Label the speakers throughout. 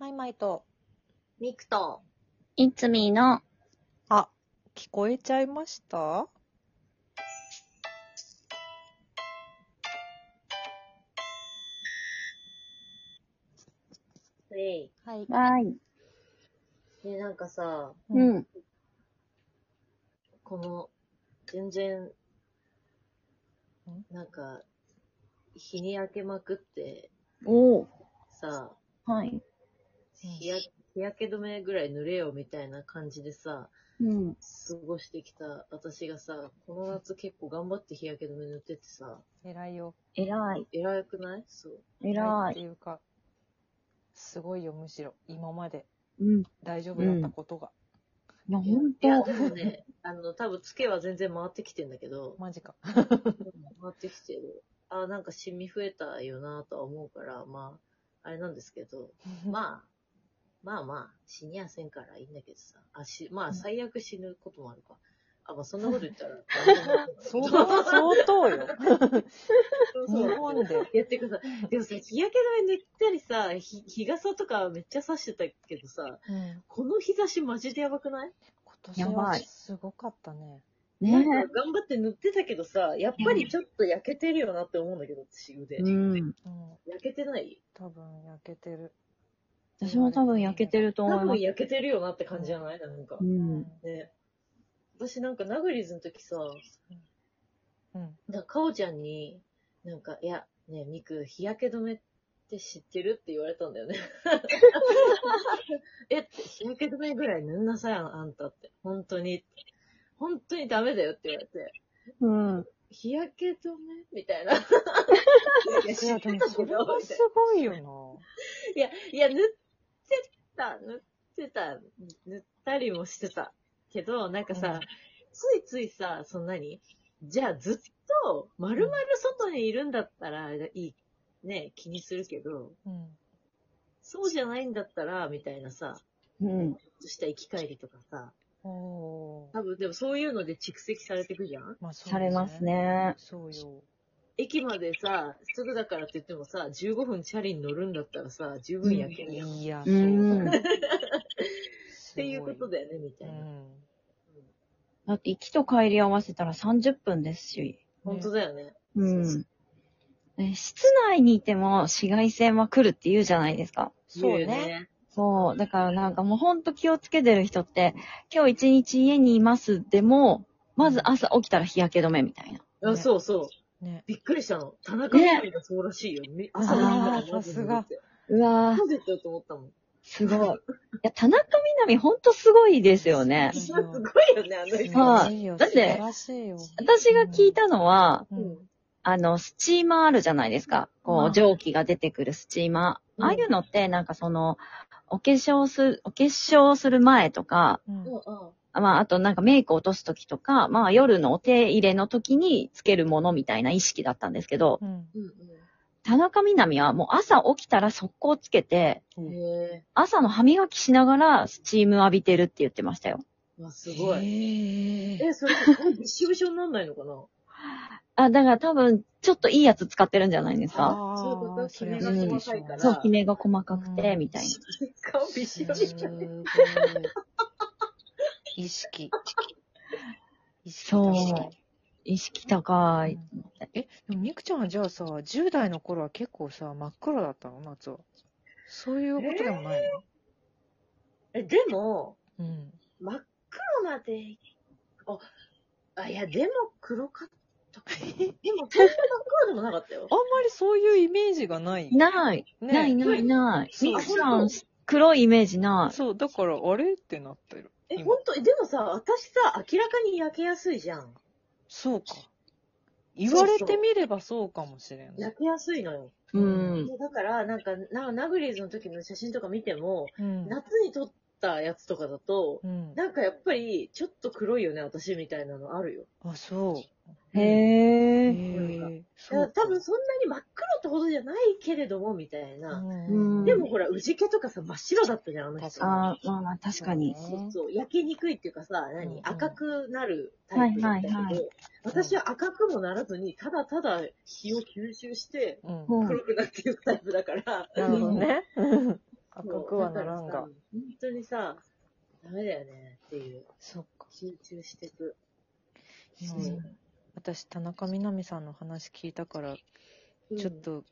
Speaker 1: マイマイと、
Speaker 2: ミクと、
Speaker 3: いつみの、
Speaker 1: あ、聞こえちゃいました
Speaker 2: プレイ。
Speaker 1: はい。
Speaker 3: わーい。
Speaker 2: ね、なんかさ、
Speaker 1: うん。
Speaker 3: ん。
Speaker 2: この、全然
Speaker 1: ん、
Speaker 2: なんか、日に焼けまくって、
Speaker 3: おー。
Speaker 2: さ、
Speaker 3: はい。
Speaker 2: 日焼日焼け止めぐらい塗れよみたいな感じでさ、
Speaker 3: うん。
Speaker 2: 過ごしてきた私がさ、この夏結構頑張って日焼け止め塗っててさ、
Speaker 1: 偉いよ。
Speaker 3: 偉い。
Speaker 2: 偉くないそう。
Speaker 3: 偉
Speaker 1: って
Speaker 3: い。
Speaker 1: いうか、すごいよ、むしろ。今まで
Speaker 3: うん。い
Speaker 1: 大丈夫だったことが。
Speaker 3: や、ほん
Speaker 2: いや、で
Speaker 3: と。
Speaker 2: もね、あの、多分ツケは全然回ってきてんだけど、
Speaker 1: マジか。
Speaker 2: 回ってきてる。あーなんかシミ増えたよなとは思うから、まあ、あれなんです けど、
Speaker 1: あ、
Speaker 2: まあ、まあまあ、死にやせんからいいんだけどさ。あ、し、まあ、最悪死ぬこともあるか。あ、まあ、そんなこと言 ったら。
Speaker 1: 相 当、相当よ。
Speaker 2: そう
Speaker 1: 日
Speaker 2: そう。
Speaker 1: 本で。
Speaker 2: いや、てかさ、でもさ、日焼け止め塗ったりさ、日、日傘とかめっちゃ差してたけどさ、
Speaker 1: うん
Speaker 2: この日差しマジでやばくない
Speaker 1: 今年
Speaker 3: やば
Speaker 1: はいすごかったね。
Speaker 2: な
Speaker 3: ね
Speaker 2: んか頑張って塗ってたけどさ、やっぱりちょっと焼けてるよなって思うんだけど、私腕。
Speaker 3: え。うん。
Speaker 1: うん。
Speaker 2: 焼けてない
Speaker 1: 多分焼けてる。
Speaker 3: 私も多分焼けてると
Speaker 2: 多
Speaker 3: 思いま
Speaker 2: 分
Speaker 3: す。
Speaker 2: 焼けてるよなって感じじゃないなんか
Speaker 3: う。。
Speaker 1: うん
Speaker 2: ね。私なんかナグリズの時さ、
Speaker 1: うん。
Speaker 2: だかおちゃんに、なんか、いや、ねえ、ミク、日焼け止めって知ってるって言われたんだよね。え、日焼け止めぐらい塗んなさい、あんあんたって。本当に。本当にダメだよって言われて。
Speaker 3: うん。
Speaker 2: 日焼け止めみたいな。いや、
Speaker 1: い
Speaker 2: 知
Speaker 1: や、
Speaker 2: っ
Speaker 1: で
Speaker 2: て
Speaker 1: も
Speaker 2: た
Speaker 1: そ
Speaker 2: け
Speaker 1: れ
Speaker 2: ど、
Speaker 1: も
Speaker 2: みたい
Speaker 1: す
Speaker 2: な
Speaker 1: ごいよ
Speaker 2: いや、いや、塗ってた、塗ってた、塗ったりもしてた。けど、なんか
Speaker 1: うん
Speaker 2: さ、ついついさ、そんなに、じゃあずっと、まるまる外にいるんだったら、いい、ね、気にするけど、
Speaker 1: な。うん。
Speaker 2: そうじゃないんだったら、みたいなさ、
Speaker 3: うん。
Speaker 2: ちょっとした生き返りとかさ、
Speaker 1: おー。
Speaker 2: 多分でもそういうので蓄積されてくじゃん
Speaker 1: まあ、そうです
Speaker 3: されます。ね。
Speaker 1: そうよ。
Speaker 2: 駅までさ、すぐだからって言ってもさ、15分チャリに乗るんだったらさ、十分焼けるやん。っ
Speaker 1: いや、
Speaker 3: う
Speaker 1: そ
Speaker 3: ん。
Speaker 1: う。
Speaker 3: だ
Speaker 2: ていうことだよね、みた
Speaker 1: すご
Speaker 2: い
Speaker 1: い。う
Speaker 2: な。
Speaker 1: ん。
Speaker 3: って、行きと帰り合わせたら30分ですし。
Speaker 2: 本当だよね。
Speaker 3: うん。え室内にいても紫外線は来るって言うじゃないですか。
Speaker 1: そう
Speaker 2: 言よ
Speaker 1: ね。。
Speaker 3: そう。だからなんかもうほんと気をつけてる人って、今日一日家にいますでも、まず朝起きたら日焼け止めみたいな。
Speaker 2: あ、
Speaker 1: ね
Speaker 2: そうそう。
Speaker 1: ね。
Speaker 2: びっくりしたの。田中みな実がそうらしいよ。み朝みんながマジで
Speaker 1: あーさ
Speaker 2: て。
Speaker 3: うわ
Speaker 2: マジでと思ったもん。
Speaker 3: すごい。いや、田中みな実ほんとすごいですよね
Speaker 1: う。ん
Speaker 2: すごいよね、あの
Speaker 1: 素
Speaker 2: 人。
Speaker 3: は
Speaker 1: 晴ら
Speaker 3: い
Speaker 1: しいよ。
Speaker 3: だって
Speaker 1: 素晴らしいよ。
Speaker 3: 私が聞いたのは、
Speaker 1: う。
Speaker 2: うんん
Speaker 3: あの、スチーマーあるじゃないですか。
Speaker 1: ま
Speaker 3: こ
Speaker 1: あ
Speaker 3: う、蒸気が出てくるスチーマ
Speaker 2: う
Speaker 3: ー。
Speaker 2: ん
Speaker 3: ああいうのって、なんかその、お化粧す、お化粧する前とか、
Speaker 1: うん
Speaker 2: うんうん
Speaker 3: まあ、あとなんかメイク落とす時とか、まあ、夜のお手入れの時につけるものみたいな意識だったんですけど、
Speaker 1: うん。
Speaker 2: う
Speaker 3: 田中みな実はもう朝起きたら速攻つけて、
Speaker 2: んうん。へ
Speaker 3: 朝の歯磨きしながらスチーム浴びてるって言ってましたよ。
Speaker 2: ぇわ、すごい。
Speaker 1: い
Speaker 2: え、それ、びしょびしょになんないのかな
Speaker 3: あ、だから多分、ちょっといいやつ使ってるんじゃないですか。
Speaker 1: あ
Speaker 2: そういうこと
Speaker 1: ーそれは
Speaker 3: 決めが
Speaker 2: 細かいから
Speaker 3: そう、ひねが細かく
Speaker 1: う
Speaker 3: て、
Speaker 1: ん
Speaker 3: みたいな。
Speaker 2: 顔びし
Speaker 1: す
Speaker 2: ょ
Speaker 1: ご
Speaker 2: びしょ。
Speaker 1: い。意識。意識
Speaker 3: そう
Speaker 1: 高い
Speaker 3: 意識高い。
Speaker 1: え、でも、みくちゃんはじゃあさ、10代の頃は結構さ、真っ黒だったの夏は。そういうことでもない
Speaker 2: え、でも、
Speaker 1: のうん。
Speaker 2: 真っ黒まで、あ、あ、いや、でも黒かった。でも、そんな真っ黒でもなかったよ
Speaker 1: あ。んまりそういうイメージがない。
Speaker 3: ない、
Speaker 1: ね
Speaker 3: ない、ない、ない。
Speaker 1: そう
Speaker 3: みくさん、黒いイメージない。
Speaker 1: そう、だから、あれってなってる。
Speaker 2: え、
Speaker 1: 今
Speaker 2: ほんと、でもさ、私さ、明らかに焼けやすいじゃん。
Speaker 1: そうか。言われてみればそうかもしれんね。
Speaker 2: 焼けやすいのよ。
Speaker 3: うん。
Speaker 2: でだから、なんか、なナグリーズの時の写真とか見ても、
Speaker 1: うん。
Speaker 2: 夏に撮ったやつとかだと、
Speaker 1: うん。
Speaker 2: なんかやっぱり、ちょっと黒いよね、私みたいなのあるよ。
Speaker 1: あ、そう。
Speaker 3: へ
Speaker 1: へ
Speaker 3: え。
Speaker 1: え。
Speaker 2: だ
Speaker 1: そ
Speaker 2: から
Speaker 1: う。
Speaker 2: 多分そんなに真っ黒ってほどじゃないけれども、みたいな。
Speaker 3: うん
Speaker 2: でもほら、氏毛とかさ、真っ白だったじゃん、あの人。
Speaker 1: あ
Speaker 3: あーまあまあ、確かに。
Speaker 2: そうそう、焼けにくいっていうかさ、何、
Speaker 1: うんうん
Speaker 2: 赤くなるタイプだったけど、
Speaker 3: はいはいは
Speaker 2: 私は赤くもならずに、ただただ日を吸収して、
Speaker 1: うん。
Speaker 3: う ん
Speaker 2: 黒くなっていくタイプだから、
Speaker 1: なるほどね。赤くはならん
Speaker 2: だか
Speaker 1: が
Speaker 2: さ。本当にさ、ダメだよねっていう。
Speaker 1: そっか。
Speaker 2: 集中してく。
Speaker 1: 今
Speaker 2: うん
Speaker 1: 私、田中みな実さんの話聞いたから、ちょっ。と、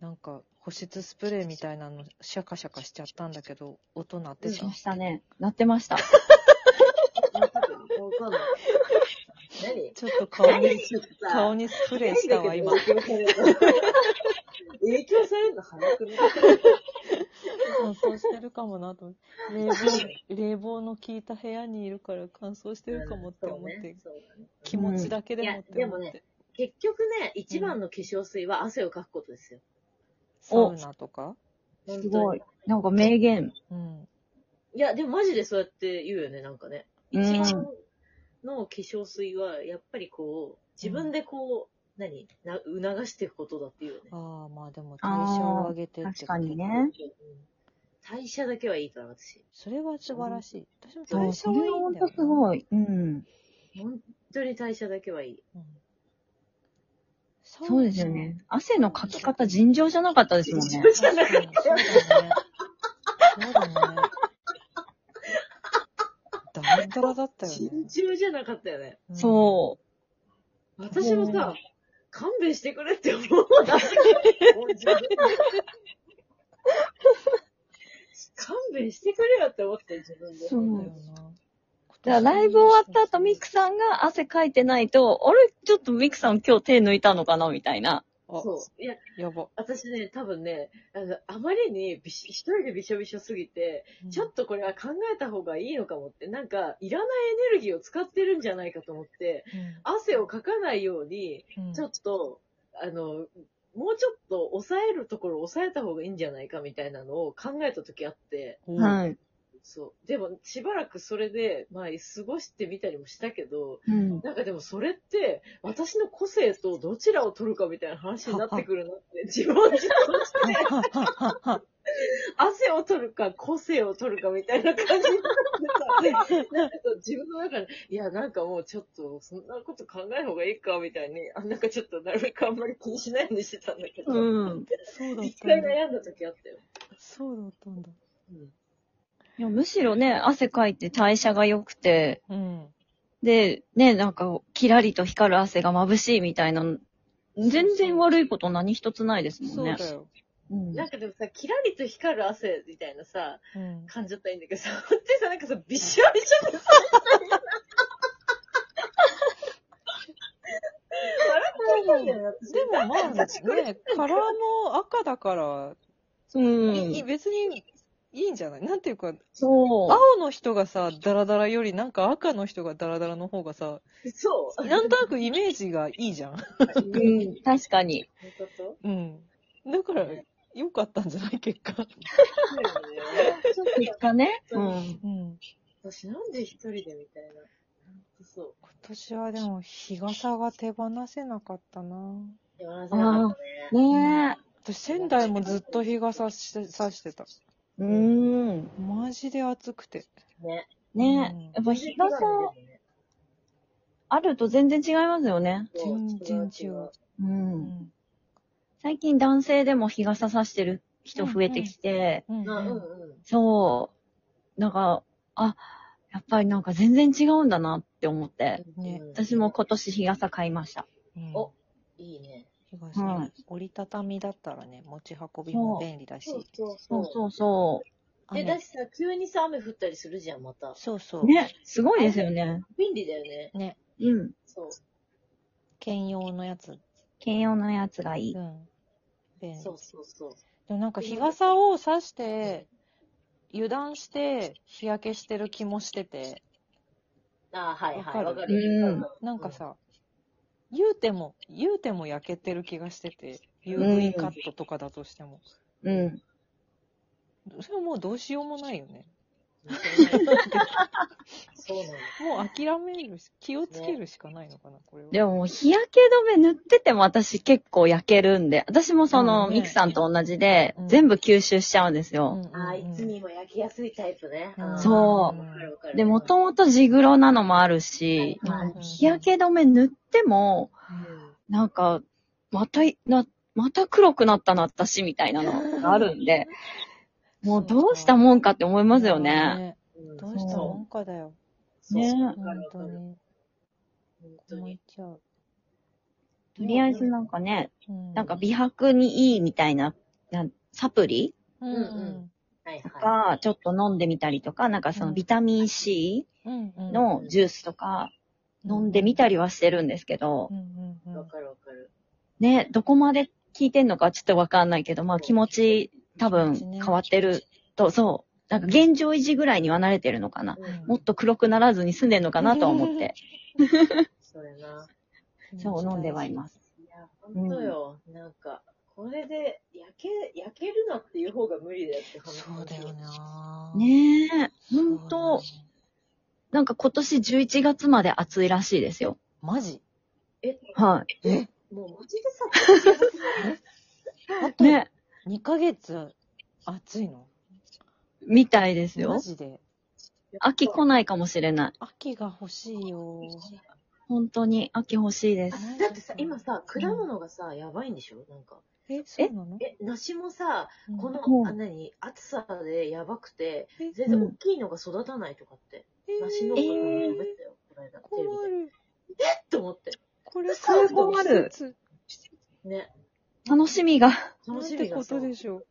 Speaker 1: なんか、保湿スプレーみたいなの、シャカシャカしちゃったんだけど、音鳴って
Speaker 3: 出
Speaker 1: た。
Speaker 3: ましたね。なってました。
Speaker 2: うんわかんない。何
Speaker 1: ちょっと顔 に、
Speaker 2: ちょっとさ
Speaker 1: 顔にスプレーしたわ、 今。
Speaker 2: 影響されるの影響されるの早くね。
Speaker 1: 乾燥してるかもなと思って。冷房、冷房の効いた部屋にいるから乾燥してるかもって思って、
Speaker 2: そうねそうだね
Speaker 1: 気持ちだけでもって思っ
Speaker 2: いやでも
Speaker 1: て。
Speaker 2: 結局ね、一番の化粧水は汗をかくことですよ。
Speaker 1: サ
Speaker 3: お
Speaker 1: ウナとか
Speaker 2: 本
Speaker 3: す
Speaker 2: 当に
Speaker 3: ごい。。なんか名言。
Speaker 1: うん。
Speaker 2: いや、でもマジでそうやって言うよね、なんかね。
Speaker 3: うん
Speaker 2: 一番の化粧水は、やっぱりこう、自分でこう、何な促していくことだっていうよね。
Speaker 1: ああ、まあでも代謝を上げてってこと
Speaker 3: 確かに。ね。
Speaker 2: 代謝だけはいいから、私。
Speaker 1: それは素晴らしい。私も
Speaker 3: そう、
Speaker 1: 代謝
Speaker 3: そ
Speaker 1: はいい
Speaker 3: れは
Speaker 1: ん
Speaker 3: 本
Speaker 1: だよ
Speaker 3: 当
Speaker 1: な。
Speaker 3: すごい。うん。
Speaker 2: 本当に代謝だけはいい。
Speaker 1: うんそ
Speaker 3: そうですよね。汗のかき方尋常じゃなかったですもんね。
Speaker 1: 確かに。そうだね。そうだね。ダラダラだったよ ね。
Speaker 2: 真中じゃなかったよね。
Speaker 1: うん
Speaker 3: そ
Speaker 2: 私も
Speaker 3: う
Speaker 2: さ
Speaker 3: ん、
Speaker 2: 勘弁してくれって思うな。勘弁してくれよって思って、自分で。
Speaker 3: そ
Speaker 1: そ
Speaker 3: う
Speaker 1: うだよな。
Speaker 3: う。だからライブ終わった後、ミクさんが汗かいてないと、あれちょっとミクさん今日手抜いたのかなみたいな。
Speaker 1: あ、
Speaker 2: そう。いや、
Speaker 1: やば。
Speaker 2: 私ね、多分ね、あの、あまりにびし一人でびしょびしょすぎて、ちょっとこれは考えた方がいいのかもって、なんか、いらないエネルギーを使ってるんじゃないかと思って、汗をかかないように、
Speaker 1: うん、
Speaker 2: ちょっと、あの、もうちょっと抑えるところを抑えた方がいいんじゃないかみたいなのを考えた時あって、
Speaker 1: とい。
Speaker 3: はい。
Speaker 2: そう。でも、しばらくそれで、まあ、過ごしてみたりもしたけど、
Speaker 3: うん。
Speaker 2: なんかでもそれって、私の個性とどちらを取るかみたいな話になってくるなって、自分自身として
Speaker 1: はっはっはっは
Speaker 2: 汗を取るか個性を取るかみたいな感じになってた。なんか自分の中で、いや、なんかもうちょっと、そんなこと考えない方がいいか、みたいに、あなんかちょっとなるべくあんまり気にしないようにしてたんだけど、
Speaker 3: うん。
Speaker 1: そうだっ
Speaker 2: 一
Speaker 1: た
Speaker 2: 回
Speaker 1: んだ。
Speaker 2: 悩んだ時あったよ。
Speaker 1: そうだったんだ。
Speaker 3: いやむしろね、汗かいて代謝が良くて、
Speaker 1: うん。
Speaker 3: で、ね、なんか、キラリと光る汗が眩しいみたいな、全然悪いこと何一つないですも
Speaker 1: そ
Speaker 3: ん
Speaker 1: う
Speaker 3: ね。
Speaker 1: だよ。
Speaker 3: うん
Speaker 2: なんかでもさ、キラリと光る汗みたいなさ、
Speaker 1: うん。
Speaker 2: 感じだったらいいんだけどさ、 本当にさ、なんかさ、びしょびしょでさ、笑ってないんだよな、私
Speaker 1: でもまあね、カラーも赤だから、
Speaker 3: うん。
Speaker 1: 別にいいんじゃないなんていうか、
Speaker 3: そう。
Speaker 1: 青の人がさ、ダラダラより、なんか赤の人がダラダラの方がさ、
Speaker 2: そう。
Speaker 1: なんとなくイメージがいいじゃん。
Speaker 3: う
Speaker 2: うん
Speaker 3: ん、確かに。
Speaker 2: こと
Speaker 1: うん。だから、良かったんじゃない結果。
Speaker 2: そうだよね。ちょっと
Speaker 3: 結果ね。
Speaker 2: う
Speaker 3: うんん。
Speaker 1: うん。
Speaker 2: 私なんで一人でみたいな。そ
Speaker 1: 今年はでも、日傘が手放せなかったな。
Speaker 2: う。山田さん
Speaker 3: あ
Speaker 2: は
Speaker 3: あ、ね
Speaker 1: 私、仙台もずっと日傘して差してた。
Speaker 3: え。うん。
Speaker 1: マジで暑くて。
Speaker 2: ね。
Speaker 3: ね
Speaker 1: うん
Speaker 3: え。やっぱ日傘あると全然違いますよね。
Speaker 1: 全然違う。
Speaker 3: う。
Speaker 1: うんん。
Speaker 3: 最近男性でも日傘差してる人増えてきて、
Speaker 1: うん
Speaker 2: うんうん
Speaker 1: う
Speaker 2: うん。
Speaker 3: そう。なんか、あ、やっぱりなんか全然違うんだなって思って。
Speaker 1: ね
Speaker 3: 私も今年日傘買いました。
Speaker 1: ん。
Speaker 2: おいいね。
Speaker 1: 日傘
Speaker 3: はい
Speaker 1: 折りたたみだったらね、持ち運びも便利だし。
Speaker 2: そう
Speaker 3: そうそうそ。
Speaker 2: え、
Speaker 1: 雨
Speaker 2: だしさ、急にさ、雨降ったりするじゃん、また。
Speaker 1: そうそうう。
Speaker 3: ね、すごいですよね。
Speaker 2: 便利だよね。
Speaker 1: ね。
Speaker 3: うん。
Speaker 2: そう。
Speaker 1: 兼用のやつ。
Speaker 3: 兼用のやつがいい。
Speaker 1: うん。便利。
Speaker 2: そうそうそう。
Speaker 1: でもなんか日傘を差して、油断して、日焼けしてる気もしてて、
Speaker 2: ああ、はいはい。
Speaker 1: わ
Speaker 2: わ
Speaker 1: か
Speaker 2: か
Speaker 3: る
Speaker 2: る。
Speaker 3: うん
Speaker 1: なんかさ、言うても、言うても焼けてる気がしてて、UV カットとかだとしても。
Speaker 3: うん。
Speaker 1: それはもうどうしようもないよね。
Speaker 2: うん。そうねそうなの。
Speaker 1: もう諦めるし、気をつけるしかないのかな、これは。
Speaker 3: でももう日焼け止め塗ってても私結構焼けるんで、私もその、
Speaker 1: うんね
Speaker 3: ミクさんと同じで、
Speaker 1: うん
Speaker 3: 全部吸収しちゃうんです
Speaker 1: うん
Speaker 3: よ。
Speaker 1: うんうん
Speaker 2: ああ、いつにも焼きやすいタイプね。
Speaker 1: うん
Speaker 2: あー
Speaker 3: そう
Speaker 2: わかるわかる。
Speaker 3: で、もともとジグロなのもあるし、
Speaker 2: はいはい
Speaker 1: うん
Speaker 3: 日焼け止め塗っても、
Speaker 2: うん
Speaker 3: なんか、またい、な、また黒くなったな、私、みたいなのがあるんで、もうどうしたもんかって思いますよね。
Speaker 2: うん
Speaker 1: どうしたもんかだよ。
Speaker 2: そう
Speaker 3: ね
Speaker 2: そう
Speaker 1: 本当
Speaker 2: 本
Speaker 1: に。
Speaker 2: 当
Speaker 1: 思
Speaker 2: に
Speaker 1: い。ちゃう。
Speaker 3: とりあえずなんかね、
Speaker 1: うん
Speaker 3: なんか美白にいいみたいな、なんサプリ
Speaker 1: うんうん。
Speaker 2: はい
Speaker 3: と
Speaker 2: は
Speaker 3: か、ちょっと飲んでみたりとか、なんかそのビタミン C
Speaker 1: うんうん、
Speaker 3: のジュースとか飲んでみたりはしてるんですけど
Speaker 1: う、んうん
Speaker 2: い。
Speaker 1: う
Speaker 2: わ
Speaker 1: ん。
Speaker 2: かるわかる。
Speaker 3: ね、どこまで効いてんのかちょっとわかんないけど、まあ気持ち多分変わってると、そう、なんか現状維持ぐらいには慣れてるのかな。
Speaker 2: うん
Speaker 3: もっと黒くならずに済んでんのかなとは思って、
Speaker 2: それな。
Speaker 3: そう飲んではいますす。
Speaker 2: いや、本当よ。なんか、これで、焼け、焼けるなっていう方が無理だって、
Speaker 1: そうだよ。な。
Speaker 3: ねえ、
Speaker 1: そうだよね、
Speaker 3: 本当なんか今年11月まで暑いらしいですよ。
Speaker 1: マジ
Speaker 2: え、
Speaker 3: はい。
Speaker 2: もうマジでさ、
Speaker 1: あと
Speaker 3: ね、
Speaker 1: 2ヶ月暑いの
Speaker 3: みたいですよ
Speaker 1: マ。ジで。
Speaker 3: 秋来ないかもしれない。
Speaker 1: 秋が欲しいよ。
Speaker 3: 本当に秋欲しいです。
Speaker 2: だってさ、今さ、果物がさ、やばいんでしょなんか。
Speaker 1: え、そうなの
Speaker 2: え、梨もさ、
Speaker 1: うん
Speaker 2: この
Speaker 3: う、ん
Speaker 2: あ、なに、暑さでやばくて、
Speaker 1: え
Speaker 2: 全然大きいのが育たないとかって。
Speaker 1: え
Speaker 2: 梨の
Speaker 1: え
Speaker 2: 子供が
Speaker 1: ー
Speaker 2: 食べたよ、この間、テレビ
Speaker 1: 困
Speaker 2: で。
Speaker 1: る。
Speaker 2: えっと思って。
Speaker 1: これ
Speaker 2: それ
Speaker 3: 困る
Speaker 1: 季節
Speaker 2: ね。
Speaker 3: 楽しみが。
Speaker 1: な
Speaker 2: 楽
Speaker 1: ん
Speaker 2: してみ
Speaker 1: こ
Speaker 2: がさ
Speaker 1: と。でしょう。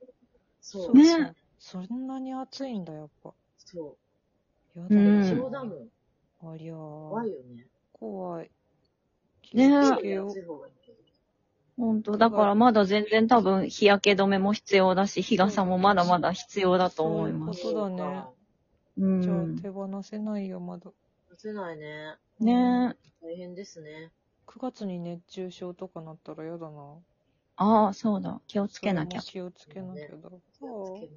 Speaker 2: そ。
Speaker 1: そうう
Speaker 3: ね
Speaker 1: そんなに暑いんだ、やっぱ。
Speaker 2: そ
Speaker 1: やだ、
Speaker 3: う
Speaker 2: う。
Speaker 3: ん
Speaker 2: 一緒だもん。
Speaker 1: ありゃ
Speaker 2: 怖
Speaker 1: ー
Speaker 2: いよね。
Speaker 1: 怖い。
Speaker 3: ねえ
Speaker 1: 気を
Speaker 2: 暑
Speaker 1: つけよう
Speaker 2: い方がいいけど。
Speaker 3: 本当だからまだ全然多分日焼け止めも必要だし、日傘もまだまだ必要だと思います。
Speaker 1: そうだね
Speaker 3: う
Speaker 1: じゃあ
Speaker 3: ん。
Speaker 1: 手放せないよ、まだ。
Speaker 2: 出せないね。
Speaker 1: うん
Speaker 3: ねえ。
Speaker 2: 大変ですね。
Speaker 1: 9月に熱中症とかなったらやだな。
Speaker 3: ああ、そうだ。気をつけなきゃ。
Speaker 1: それも気をつけなきゃだ。
Speaker 2: 気をつけない